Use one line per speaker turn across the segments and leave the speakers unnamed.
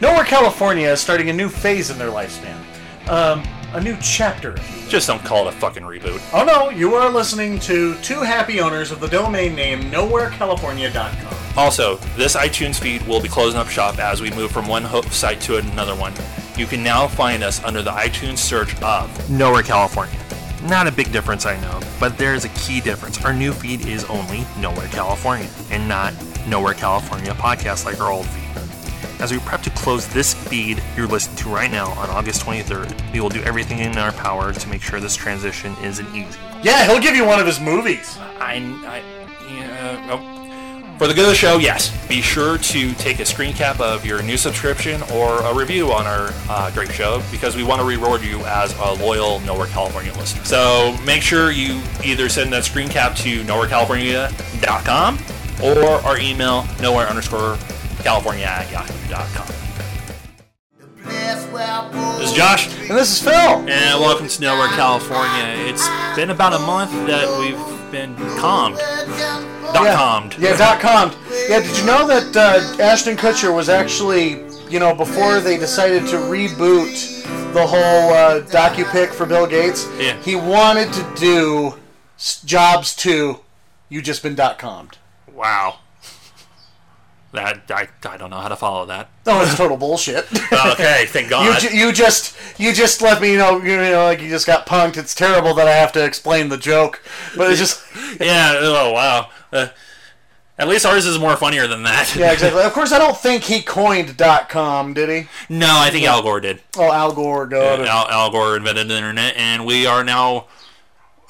Nowhere, California is starting a new phase in their lifespan. Um, a new chapter, if you will.
Just don't call it a fucking reboot.
Oh no, you are listening to two happy owners of the domain name nowherecalifornia.com.
Also, this iTunes feed will be closing up shop as we move from one ho- site to another one. You can now find us under the iTunes search of Nowhere California. Not a big difference, I know, but there is a key difference. Our new feed is only Nowhere California and not Nowhere California podcast like our old feed. As we prep to close this feed you're listening to right now on August 23rd, we will do everything in our power to make sure this transition is an easy one.
Yeah, he'll give you one of his movies.
I, I, yeah, well, for the good of the show, yes. Be sure to take a screen cap of your new subscription or a review on our uh, great show because we want to reward you as a loyal Nowhere California listener. So make sure you either send that screen cap to nowherecalifornia.com or our email nowhere underscore california at yahoo.com. This is Josh.
And this is Phil.
And welcome to Nowhere, California. It's been about a month that we've been calmed. Dot
yeah.
calmed.
Yeah, dot com. Yeah, did you know that uh, Ashton Kutcher was actually, you know, before they decided to reboot the whole uh, docu-pic for Bill Gates,
Yeah.
he wanted to do s- Jobs 2, You Just Been Dot Commed.
Wow. That I, I don't know how to follow that.
No, it's total bullshit.
Okay, thank
You,
God.
ju- you just you just let me know you know like you just got punked. It's terrible that I have to explain the joke, but it's just
yeah. Oh wow. Uh, at least ours is more funnier than that.
yeah exactly. Of course, I don't think he coined dot com, did he?
No, I think Al Gore did.
Oh, Al Gore got it.
Al, Al Gore invented the internet, and we are now,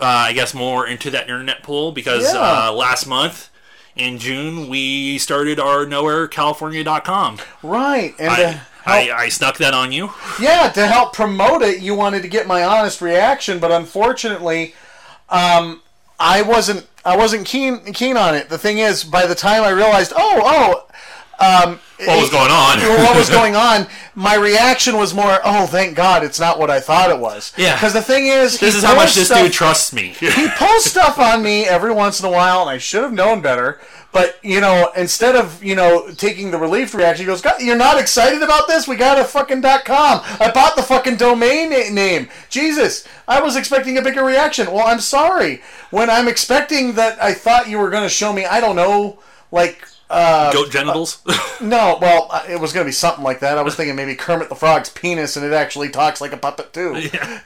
uh, I guess, more into that internet pool because
Yeah.
uh, last month in June we started our nowherecalifornia.com.
right. And uh,
I, I, I snuck that on you.
Yeah, to help promote it, you wanted to get my honest reaction, but unfortunately, um, I wasn't. I wasn't keen keen on it. The thing is, by the time I realized, oh, oh, um,
What was going
well,
on?
what was going on? My reaction was more, oh, thank God, it's not what I thought it was.
Yeah.
Because the thing is,
this
he
is how much
posts
this
stuff-
dude trusts me.
he pulls stuff on me every once in a while, and I should have known better. But you know, instead of you know taking the relief reaction, he goes, God, "You're not excited about this? We got a fucking dot com. I bought the fucking domain na- name. Jesus, I was expecting a bigger reaction. Well, I'm sorry. When I'm expecting that, I thought you were going to show me. I don't know, like." Uh,
Goat genitals.
no, well, uh, it was going to be something like that. I was thinking maybe Kermit the Frog's penis, and it actually talks like a puppet too.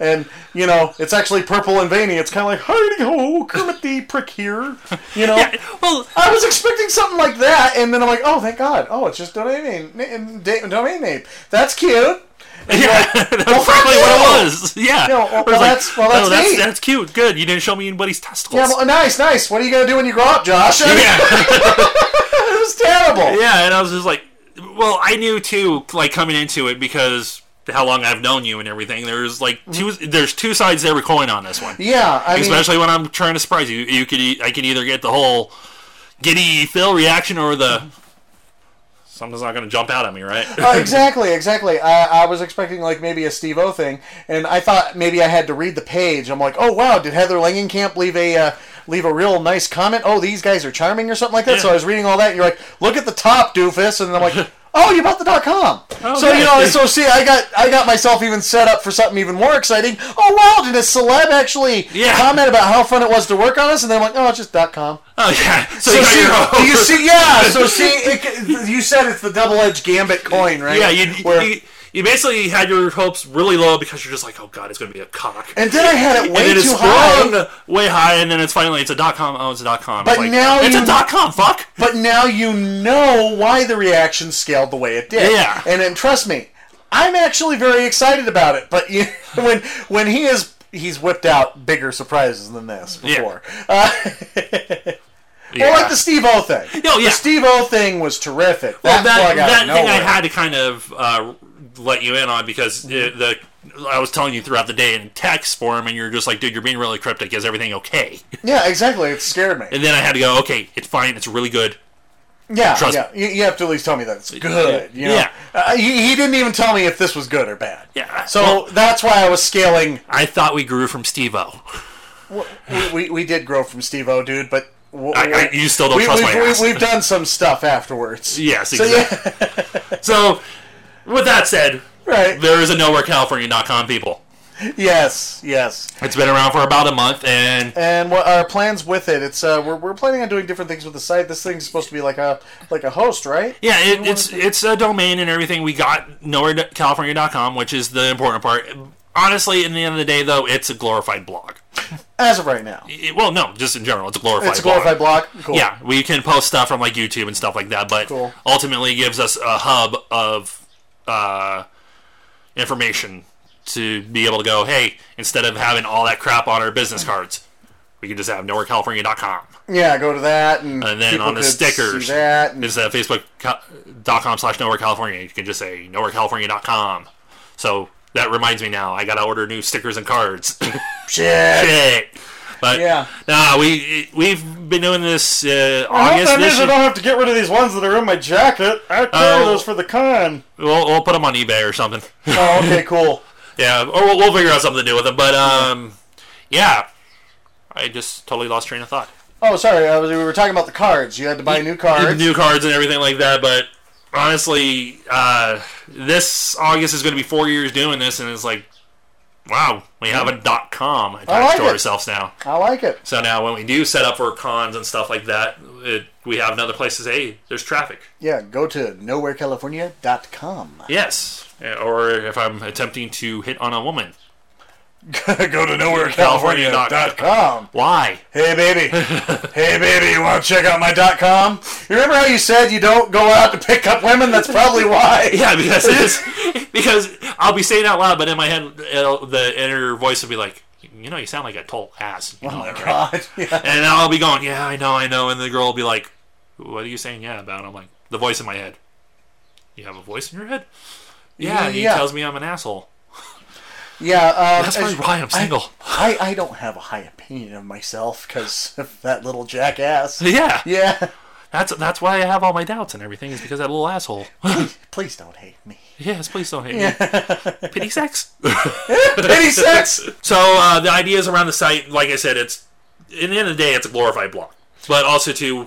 And you know, it's actually purple and veiny. It's kind of like, "Howdy ho, Kermit the prick here." You know,
yeah, well,
I was expecting something like that, and then I'm like, "Oh, thank God! Oh, it's just domain name. na- da- Domain name. That's cute." And you're like,
that's
"Well, fuck
probably what
you!"
it was. Yeah.
No, well,
It was
well, that's- well, that's
oh, that's,
me.
that's cute. Good. You didn't show me anybody's testicles.
Yeah, well, nice, nice. What are you gonna do when you grow up, Josh? I mean,
yeah.
it was terrible.
Yeah, and I was just like, well, I knew too, like coming into it because how long I've known you and everything. There's like two, there's two sides to every coin on this one.
Mm-hmm. Yeah, I mean,
Especially when I'm trying to surprise you, you could, e- I can either get the whole giddy Phil reaction or the something's not going to jump out at me, right?
Mm-hmm. Uh, exactly, exactly. I, I was expecting like maybe a Steve O thing, and I thought maybe I had to read the page. I'm like, oh wow, did Heather Langenkamp leave a uh, leave a real nice comment? Oh, these guys are charming or something like that. So
Yeah.
I was reading all that, and you're like, look at the top, doofus, and I'm like. Oh, you bought the dot com.
Oh,
so you
nice.
know, so see, I got I got myself even set up for something even more exciting. Oh wow, did a celeb actually
Yeah.
comment about how fun it was to work on us? And then I'm like, oh, it's just dot com.
oh yeah. So,
So
you got
see,
your own-
do you see, yeah. So see, it, c- you said it's the double-edged gambit coin, right?
yeah, you,
Where-
you you basically had your hopes really low because you're just like, oh god, it's going to be a cock.
and then I had it way
and then
too
it's
high.
sprung way high, and then it's finally it's a dot com. Oh, it's a dot com.
But
it's like,
now
it's
you-
a dot com. Fuck.
But now you know why the reaction scaled the way it did.
Yeah.
And then trust me, I'm actually very excited about it. But you, when when he is he's whipped out bigger surprises than this
Yeah.
before. Uh,
Yeah.
Or like the Steve O thing.
Oh,
The
yeah.
Steve O thing was terrific. That,
Well, that
plug out
that
of
thing I
nowhere. Mm-hmm.
had to kind of uh, let you in on because it, the I was telling you throughout the day in text form, and you're just like, dude, you're being really cryptic. Is everything okay?
Yeah, exactly. It scared me.
And then I had to go, okay, it's fine. It's really good.
Yeah,
Trust
yeah. You, you have to at least tell me that it's good. You know?
Yeah.
Uh, he, he didn't even tell me if this was good or bad.
Yeah.
So
Well-
that's why I was scaling.
I thought we grew from Steve-O.
We, we, we did grow from Steve O, dude, but. W-
I- I- you still don't
we,
trust
we've,
my
we-
ass.
We've done some stuff afterwards.
Yes,
So, yeah.
exactly. So, With that said,
Right.
there is a nowherecalifornia.com people.
Yes, yes.
It's been around for about a month, and
And what our plans with it? It's uh, we're, we're planning on doing different things with the site. This thing's supposed to be like a like a host, right?
Yeah, it, it's it's a domain and everything. We got nowherecalifornia.com, which is the important part. Honestly, in the end of the day, though, it's a glorified blog.
As of right now,
It- well, no, just in general, it's a glorified.
it's a glorified blog. Cool.
Yeah, we can post stuff from like YouTube and stuff like that, but
Cool.
ultimately gives us a hub of uh, information to be able to go. Hey, instead of having all that crap on our business cards, we can just have nowherecalifornia.com.
Yeah, go to that, and,
And then
people
on the
could
stickers,
see that. And,
it's uh, facebook.com slash nowhere California. You can just say nowherecalifornia.com. So that reminds me now, I got to order new stickers and cards.
shit.
Shit. But
Yeah.
nah, we we've been doing this uh,
I hope
August.
that means
this
I
year-
don't have to get rid of these ones that are in my jacket. I carry
Oh.
those for the con.
we'll, we'll put them on eBay or something.
Oh, okay, cool.
yeah, or we'll, we'll figure out something to do with them. But um, yeah, I just totally lost train of thought.
Oh, sorry, I was, we were talking about the cards. You had to buy new cards.
new cards and everything like that. But honestly, uh, this August is going to be four years doing this, and it's like, wow, we have a dot com attached
like
to
it.
ourselves now.
I like it.
So now when we do set up for cons and stuff like that, it, we have another place to say, hey, there's traffic.
Yeah, go to nowherecalifornia.com.
Yes. Yeah, Eh, Or if I'm attempting to hit on a woman.
go to
nowherecalifornia.com. Why?
Hey baby, hey baby, you want to check out my dot com? You remember how you said you don't go out to pick up women? That's probably why.
Yeah, because it's, because I'll be saying it out loud, but in my head, it'll, the inner voice will be like, you know, you sound like a total ass. You know that, right?
Oh, God, yeah.
And I'll be going, yeah, I know, I know. And the girl will be like, what are you saying yeah about? I'm like, the voice in my head. You have a voice in your head? Yeah, he
Yeah.
tells me I'm an asshole.
yeah um,
That's probably
as-
why I'm single.
I, I don't have a high opinion of myself because of that little jackass.
yeah,
Yeah,
that's that's why I have all my doubts and everything is because of that little asshole.
please don't hate me.
yes, please don't hate me. Pity sex.
Pity sex.
So uh, the ideas around the site, like I said, it's in the end of the day, it's a glorified blog, but also to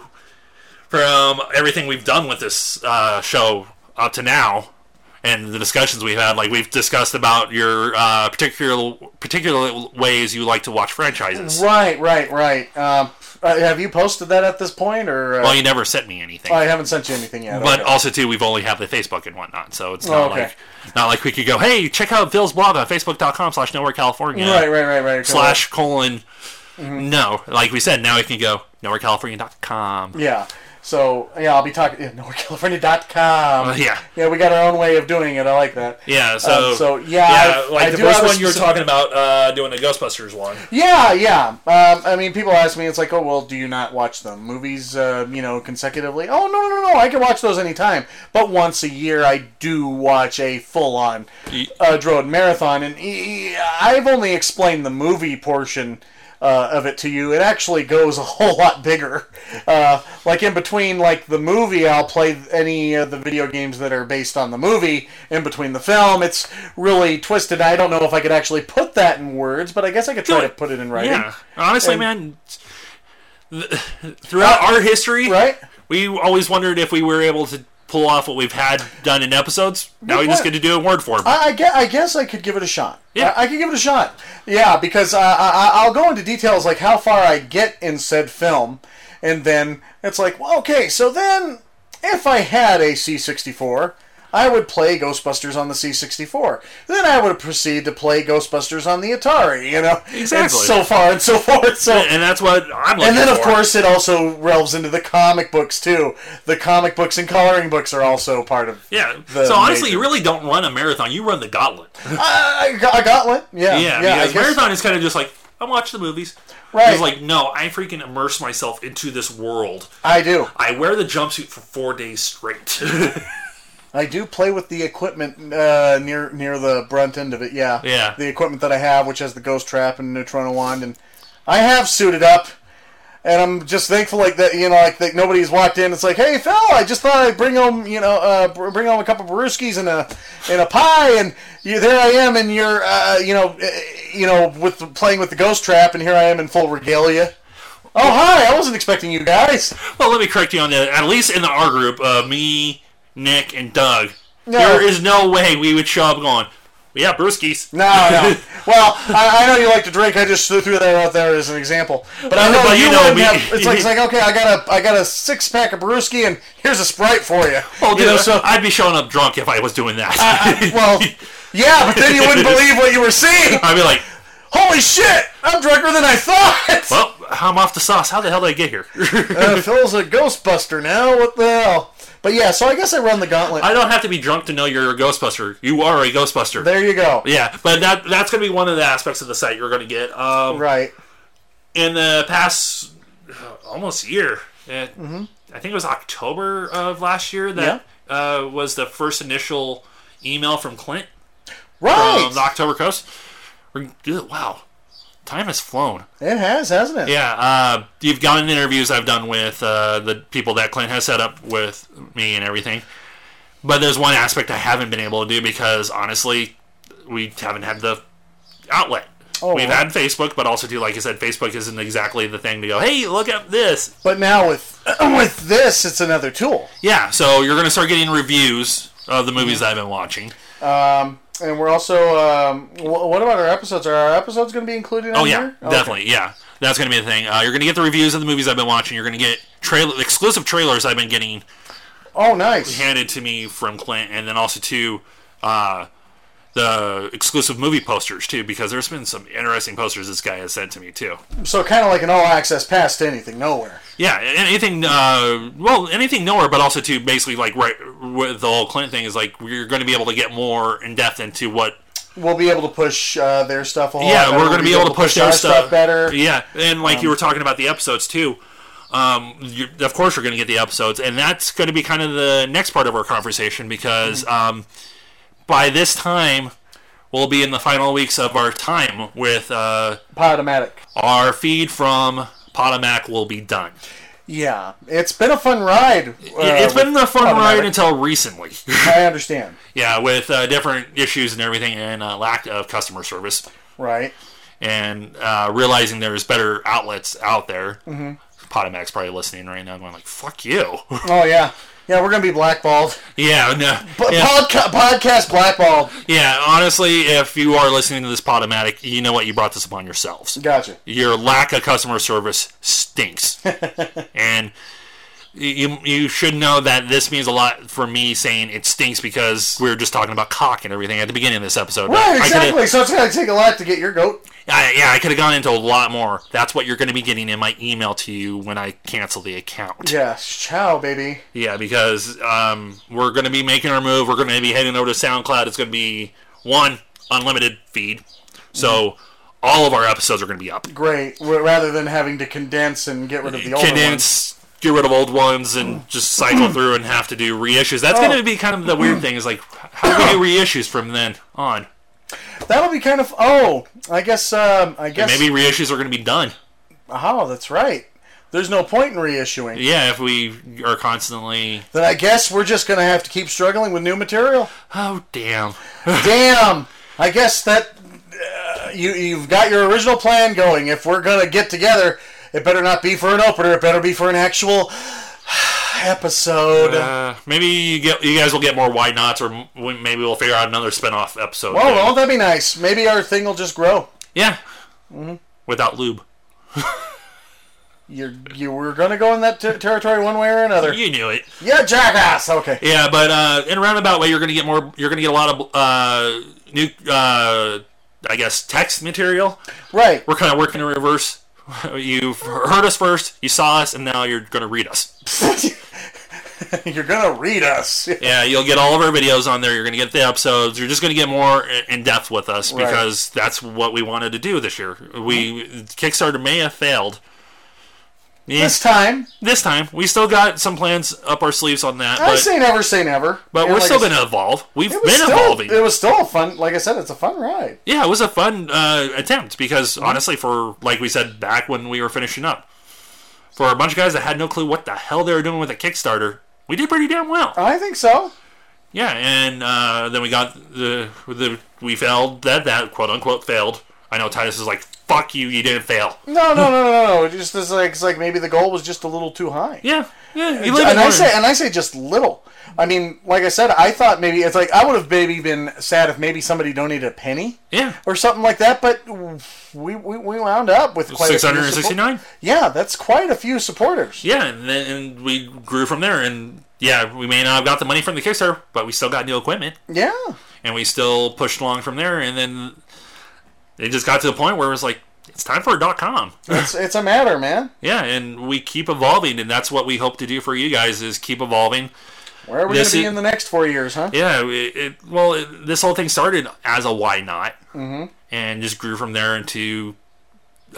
from everything we've done with this uh, show up to now, and the discussions we've had, like we've discussed about your uh, particular particular ways you like to watch franchises.
Right, right, right. Um, uh, have you posted that at this point, or uh,
Well, you never sent me anything.
I haven't sent you anything yet?
But
okay.
also too, we've only have the Facebook and whatnot, so it's not
Oh, Okay.
like not like we could go, hey, check out Phil's blog on Facebook.com slash Nowhere California
right, right, right, right.
slash colon.
Mm-hmm.
No, like we said, now we can go nowherecalifornia.com.
Yeah. So yeah, I'll be talking yeah, NorthCalifornia.com.
Uh, yeah.
Yeah, we got our own way of doing it. I like that.
Yeah, so
Um, so, yeah, I-
like
I
the
do
first
have a
one you were
speci-
talking about uh, doing the Ghostbusters one.
Yeah, yeah. Um, I mean, people ask me, it's like, oh, well, do you not watch the movies, uh, you know, consecutively? Oh, no, no, no, no. I can watch those anytime. But once a year, I do watch a full-on
Ye-
uh, Droid marathon, and e- e- I've only explained the movie portion. Uh, of it to you, it actually goes a whole lot bigger. Uh, like in between, like the movie, I'll play any of the video games that are based on the movie. In between the film, it's really twisted. I don't know if I could actually put that in words, but I guess I could try
Do
to
it.
put it in writing.
Yeah, honestly, man, th- throughout our history,
Uh, Right?
we always wondered if we were able to pull off what we've had done in episodes. Now we just get
point.
to do it in word form.
I, I guess, I guess I could give it a shot.
Yeah.
I, I could give it a shot. Yeah, because I, I, I'll go into details like how far I get in said film, and then it's like, well, okay, so then if I had a C64, I would play Ghostbusters on the C64. Then I would proceed to play Ghostbusters on the Atari, you know? And
Exactly.
so far and so forth. So
and that's what I'm looking
and then of
for.
course it also relves into the comic books too. The comic books and coloring books are also part of
Yeah.
the
So honestly,
major-
you really don't run a marathon. You run the gauntlet.
I, I got- I got one. Yeah,
Yeah.
yeah. I
because
guess,
marathon is kind of just like I watch the movies.
Right.
It's like no, I freaking immerse myself into this world.
I do.
I wear the jumpsuit for four days straight.
I do play with the equipment uh, near near the brunt end of it. Yeah,
Yeah.
The equipment that I have, which has the ghost trap and neutrino wand, and I have suited up. And I'm just thankful, like that, you know, like that nobody's walked in. It's like, hey, Phil, I just thought I'd bring home, you know, uh, br- bring home a couple of brewskis and a and a pie, and you, there I am, and you're, uh, you know, uh, you know, with the, playing with the ghost trap, and here I am in full regalia. Oh, hi! I wasn't expecting you guys.
well, let me correct you on that. At least in the R group, uh, me, Nick, and Doug
No.
There is no way we would show up going, yeah, brewskis.
No, no. well, I, I know you like to drink. I just threw that out there as an example. But I know
But
you,
you know
wouldn't
me.
have. It's like, it's like okay, I got a I got a six pack of brewski and here's a sprite for you.
Oh, dude,
you know, so
I'd be showing up drunk if I was doing that. I,
Uh, well, yeah, but then you wouldn't believe what you were seeing.
would be like,
Holy shit! I'm drunker than I thought.
well, I'm off the sauce. How the hell did I get here?
uh, Phil's a Ghostbuster now. What the hell? But yeah, so I guess I run the gauntlet.
I don't have to be drunk to know you're a Ghostbuster. You are a Ghostbuster.
there you go.
yeah, but that that's going to be one of the aspects of the site you're going to get. Um,
Right.
in the past uh, almost year. eh,
Mm-hmm.
I think it was October of last year that uh, was the first initial email from Clint
Right.
from the October Coast. We're- Wow, time has flown.
it has, hasn't it?
Yeah, uh, you've gotten interviews I've done with uh, the people that Clint has set up with me and everything. But there's one aspect I haven't been able to do because honestly, we haven't had the outlet.
Oh,
We've
wow.
had Facebook, but also too, like I said, Facebook isn't exactly the thing to go. Hey, look at this.
But now with with this, it's another tool.
Yeah, so you're gonna start getting reviews of the movies that I've been watching.
Um, and we're also. Um, wh- what about our episodes? Are our episodes going to be included?
Oh
on
yeah,
here? Okay.
definitely. Yeah, that's gonna be the thing. Uh, you're gonna get the reviews of the movies I've been watching. You're gonna get trailer exclusive trailers I've been getting
Oh, nice.
handed to me from Clint, and then also to uh, the exclusive movie posters too, because there's been some interesting posters this guy has sent to me too.
So kind of like an all access pass to anything, nowhere.
Yeah, a- anything. Uh, well, anything nowhere, but also to basically like right with the whole Clint thing is like we're going to be able to get more in depth into what.
We'll be able to push uh, their stuff. A whole
Yeah,
lot
we're
better.
going to
We'll
be able to push their
our
stuff, Um,
better.
Yeah, and like you were talking about the episodes too. Um, you of course, you're going to get the episodes, and that's going to be kind of the next part of our conversation because um, by this time we'll be in the final weeks of our time with uh,
Podomatic.
our feed from Potomac will be done.
Yeah, it's been a fun ride. uh,
It- it's been a fun
Podomatic.
ride until recently.
I understand.
yeah, with uh, different issues and everything, and uh, lack of customer service,
Right.
and uh, realizing there's better outlets out there. Mm-hmm. Potomac's probably listening right now, going like, "Fuck you."
Oh yeah. Yeah, we're gonna be blackballed.
yeah, no,
But
yeah,
podca- podcast blackballed.
yeah. Honestly, if you are listening to this Potomac, you know what you brought this upon yourselves.
Gotcha.
your lack of customer service stinks. and you you should know that this means a lot for me saying it stinks because we were just talking about cock and everything at the beginning of this episode. I
Right,
could've-
exactly. So it's gonna take a lot to get your goat.
I, yeah, I could have gone into a lot more. That's what you're going to be getting in my email to you when I cancel the account.
Yeah, ciao, baby.
Yeah, because um, we're going to be making our move. We're going to be heading over to SoundCloud. It's going to be one unlimited feed. So all of our episodes are going to be up.
Great. Ra- Rather than having to condense and get rid of the older ones.
condense, get rid of old ones, and just cycle through and have to do reissues. That's going to be kind of the weird thing. Is like, how do we do reissues from then on?
That'll be kind of. Oh, I guess. Um, I guess.
Maybe reissues are going to be done.
Oh, that's right. There's no point in reissuing.
Yeah, if we are constantly,
Then I guess we're just gonna have to keep struggling with new material.
oh damn,
Damn. I guess that uh, you you've got your original plan going. If we're gonna get together, it better not be for an opener. It better be for an actual episode.
uh, maybe you get you guys will get more why nots, or m- we- maybe we'll figure out another spin off episode.
oh,
thing.
well, that'd be nice. Maybe our thing will just grow.
yeah,
Mm-hmm.
without lube,
You're you were gonna go in that ter- territory one way or another.
you knew it.
Yeah, jackass. Okay.
Yeah, but uh, in a roundabout way, you're going to get more. You're going to get a lot of uh, new, uh, I guess, text material.
Right.
we're kind of working in reverse. You've heard us first, you saw us, and now you're going to read us.
You're gonna read us.
Yeah, you'll get all of our videos on there. You're going to get the episodes. You're just going to get more i- in depth with us
Right.
because that's what we wanted to do this year. We Kickstarter may have failed. Yeah,
This
this,
time,
time we still got some plans up our sleeves on that,
I
but,
say never say never.
but
And
we're
like
still
I s-
going to evolve. We've
it was
been
still-
evolving.
It was still a fun. Like I said, it's a fun ride.
yeah, it was a fun uh, attempt because honestly, for like we said back when we were finishing up, for a bunch of guys that had no clue what the hell they were doing with a Kickstarter, we did pretty damn well.
I think so.
Yeah, and uh, then we got the the we failed that that quote unquote failed. I know Titus is like, "Fuck you, you didn't fail."
No, no, no, no, no. It just is like it's like maybe the goal was just a little too high.
Yeah, Yeah, you live in
and I
Orange.
say and I say just little. I mean, like I said, I thought maybe it's like I would have maybe been sad if maybe somebody donated a penny
Yeah.
or something like that. But we we, we wound up with quite a few support-
669?
Yeah, that's quite a few supporters.
Yeah, and then and we grew from there. And yeah, we may not have got the money from the Kickstarter, but we still got new equipment,
Yeah,
and we still pushed along from there. And then it just got to the point where it was like, it's time for a dot com.
it's it's a matter, man.
yeah, and we keep evolving, and that's what we hope to do for you guys is keep evolving.
Where are we
This
gonna be
is-
in the next four years, huh?
Yeah, it, it, well, it, this whole thing started as a why not, mm-hmm. and just grew from there into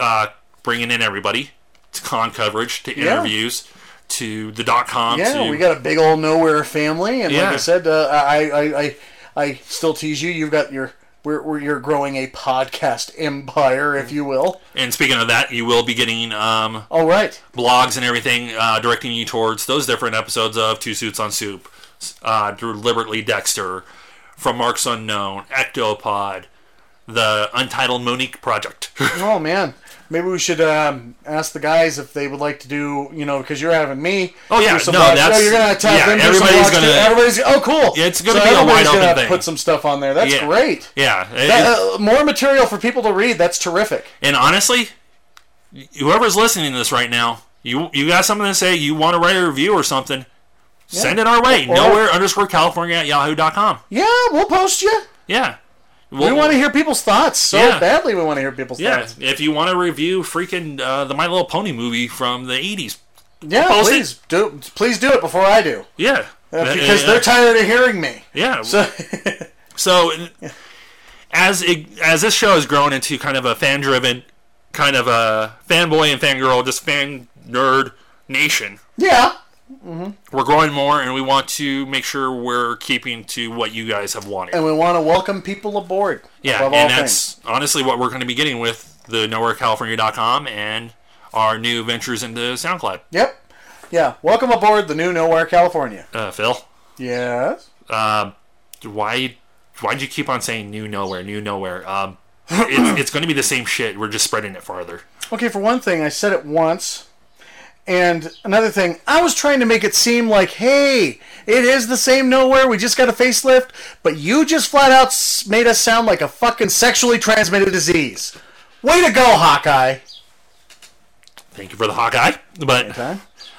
uh, bringing in everybody to con coverage, to
Yeah.
interviews, to the dot com.
Yeah,
to,
we got a big old nowhere family, and like
Yeah.
I said, uh, I, I I I still tease you. You've got your we're, we're you're growing a podcast empire, if you will.
And speaking of that, you will be getting um,
All right,
blogs and everything uh, directing you towards those different episodes of Two Suits on Soup, uh, Deliberately Dexter, From Marks Unknown, Ectopod, the Untitled Monique Project.
oh man. Maybe we should um, ask the guys if they would like to do, you know, because you're having me.
Oh, yeah,
do some
no,
blogs.
that's-
oh, you're gonna tap
yeah,
into some
everybody's
blogs,
gonna-
too. everybody's oh cool.
Yeah, it's gonna
So
be a
everybody's
wide-open
gonna
thing.
Put some stuff on there. That's
Yeah.
great.
yeah. it-
That, uh, more material for people to read. That's terrific.
and honestly, whoever's listening to this right now, you you got something to say, you want to write a review or something, send it our way.
Or-
nowhere underscore California at yahoo.com.
Yeah, we'll post you.
Yeah.
We want to hear people's thoughts so
Yeah.
badly. We want to hear people's
Yeah,
thoughts.
if you want to review freaking uh, the My Little Pony movie from the '80s,
Yeah,
Post it.
please do. Please do it before I do,
yeah,
Uh, because
Uh,
they're tired of hearing me.
yeah. So,
So,
as it, as this show has grown into kind of a fan-driven, kind of a fanboy and fangirl, just fan nerd nation,
yeah,
we're growing more, and we want to make sure we're keeping to what you guys have wanted.
and we want to welcome people aboard.
yeah,
above
and
all
that's honestly what we're going to be getting with the NowhereCalifornia.com and our new ventures into SoundCloud.
things. Yep. Yeah, welcome aboard the new Nowhere California.
Uh, Phil.
Yes.
um, why why would you keep on saying new nowhere, new nowhere? Um, it's, it's going to be the same shit. We're just spreading it farther.
Okay, for one thing, I said it once. And another thing, I was trying to make it seem like, hey, it is the same nowhere. We just got a facelift, but you just flat out s- made us sound like a fucking sexually transmitted disease. Way to go, Hawkeye!
Thank you for the Hawkeye, but
Okay.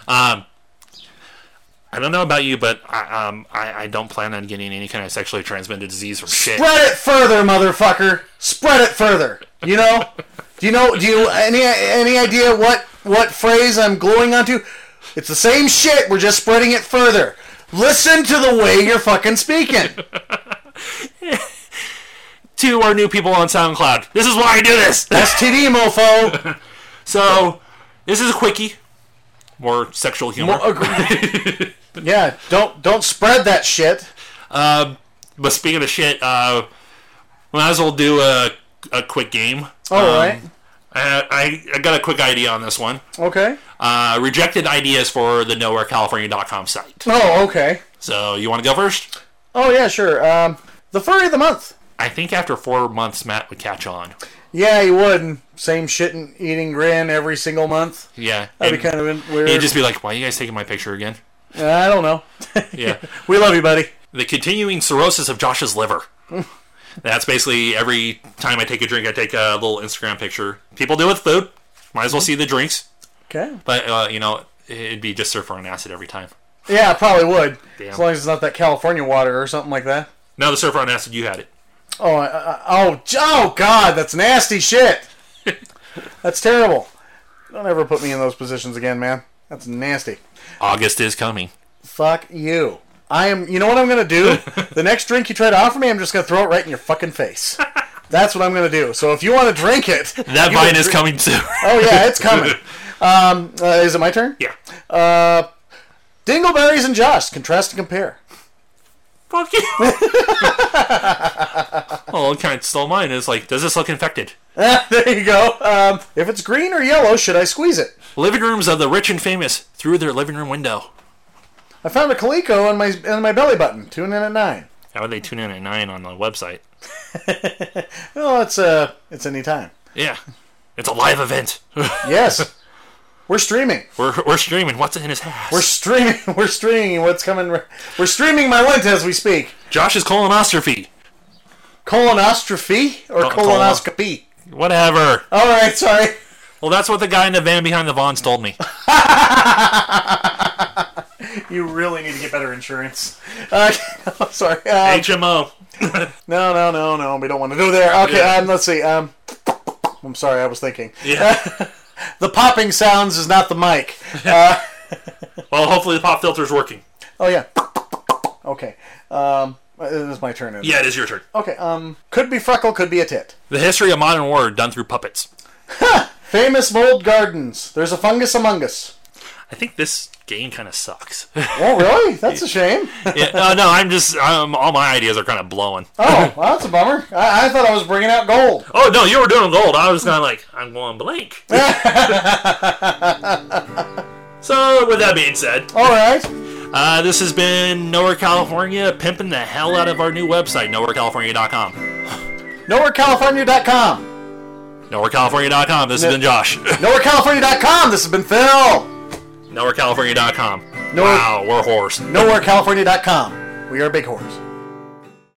um, I don't know about you, but I, um, I I don't plan on getting any kind of sexually transmitted disease from shit.
Spread it further, motherfucker. Spread it further. You know? do you know? Do you any any idea what what phrase I'm gluing onto? It's the same shit. We're just spreading it further. Listen to the way you're fucking speaking.
To our new people on SoundCloud, this is why I do this.
STD mofo.
so this is a quickie, more sexual humor,
yeah, don't don't spread that shit.
Um, But speaking of shit, uh, might as well do a, a quick game.
All
Um,
right.
I, I, I got a quick idea on this one.
Okay.
Uh, rejected ideas for the nowherecalifornia.com site.
Oh, okay.
So you want to go first?
Oh yeah, sure. Um, the furry of the month.
I think after four months, Matt would catch on.
Yeah, you would. and Same shit and eating grin every single month.
Yeah,
That'd
And
be kind of weird.
He'd just be like, "Why are you guys taking my picture again?"
I don't know.
Yeah.
We love you, buddy.
the continuing cirrhosis of Josh's liver. That's basically every time I take a drink, I take a little Instagram picture. People do it with food. Might
Mm-hmm.
as well see the drinks.
Okay.
But uh, you know, it'd be just surfer on acid every time.
Yeah, I probably would.
Damn.
As long as it's not that California water or something like that.
No, the surfer on acid, you had it.
Oh, I, I, oh, j- oh, God, that's nasty shit. that's terrible. Don't ever put me in those positions again, man. That's nasty.
August is coming.
Fuck you. I am. You know what I'm gonna do? the next drink you try to offer me, I'm just gonna throw it right in your fucking face. That's what I'm gonna do. So if you want to drink it,
That
you
vine
can
is
drink-
coming too.
Oh yeah, it's coming. um, uh, is it my turn?
yeah.
Dingleberries and Josh contrast and compare.
Fuck you. well, it kind of stole mine. It's like, does this look infected?
there you go. Um, if it's green or yellow, should I squeeze it?
Living rooms of the rich and famous through their living room window.
I found a Coleco on my on my belly button. Tune in at nine.
How would they tune in at nine on the website?
Oh, it's uh, it's any time.
Yeah, it's a live event.
Yes. We're streaming.
We're, we're streaming. What's in his ass?
We're streaming. We're streaming. What's coming? We're streaming my lint as we speak.
Josh's colonoscopy.
Colonoscopy or
Col-
colonoscopy?
Whatever.
All right, sorry.
Well, that's what the guy in the van behind the Vons told me.
You really need to get better insurance. Uh, sorry. Uh,
HMO.
No, no, no, no. We don't want to go there. Okay,
Yeah.
um, let's see. Um, I'm sorry, I was thinking.
Yeah.
The popping sounds is not the mic.
Well, hopefully the pop filter's working.
Oh yeah. Okay. Um, it is my turn. isn't it?
Yeah, it is your turn.
Okay. Um, could be freckle, could be a tit.
The history of modern war done through puppets.
Famous mold gardens. There's a fungus among us.
I think this game kind of sucks.
Oh really? That's a shame.
yeah, uh, no, I'm just um, all my ideas are kind of blowing.
Oh, well, that's a bummer. I, I thought I was bringing out gold.
Oh no, you were doing gold. I was kind of like, I'm going blank.
Oh.
so, with that being said,
All right.
uh, this has been Nowhere California pimping the hell out of our new website, nowherecalifornia.com.
NowhereCalifornia.com.
Nowherecalifornia.com. This has been Josh.
NowhereCalifornia.com. This has been Phil.
nowherecalifornia.com.
Nowhere-
Wow, we're horse.
NowhereCalifornia.com. We are big whores.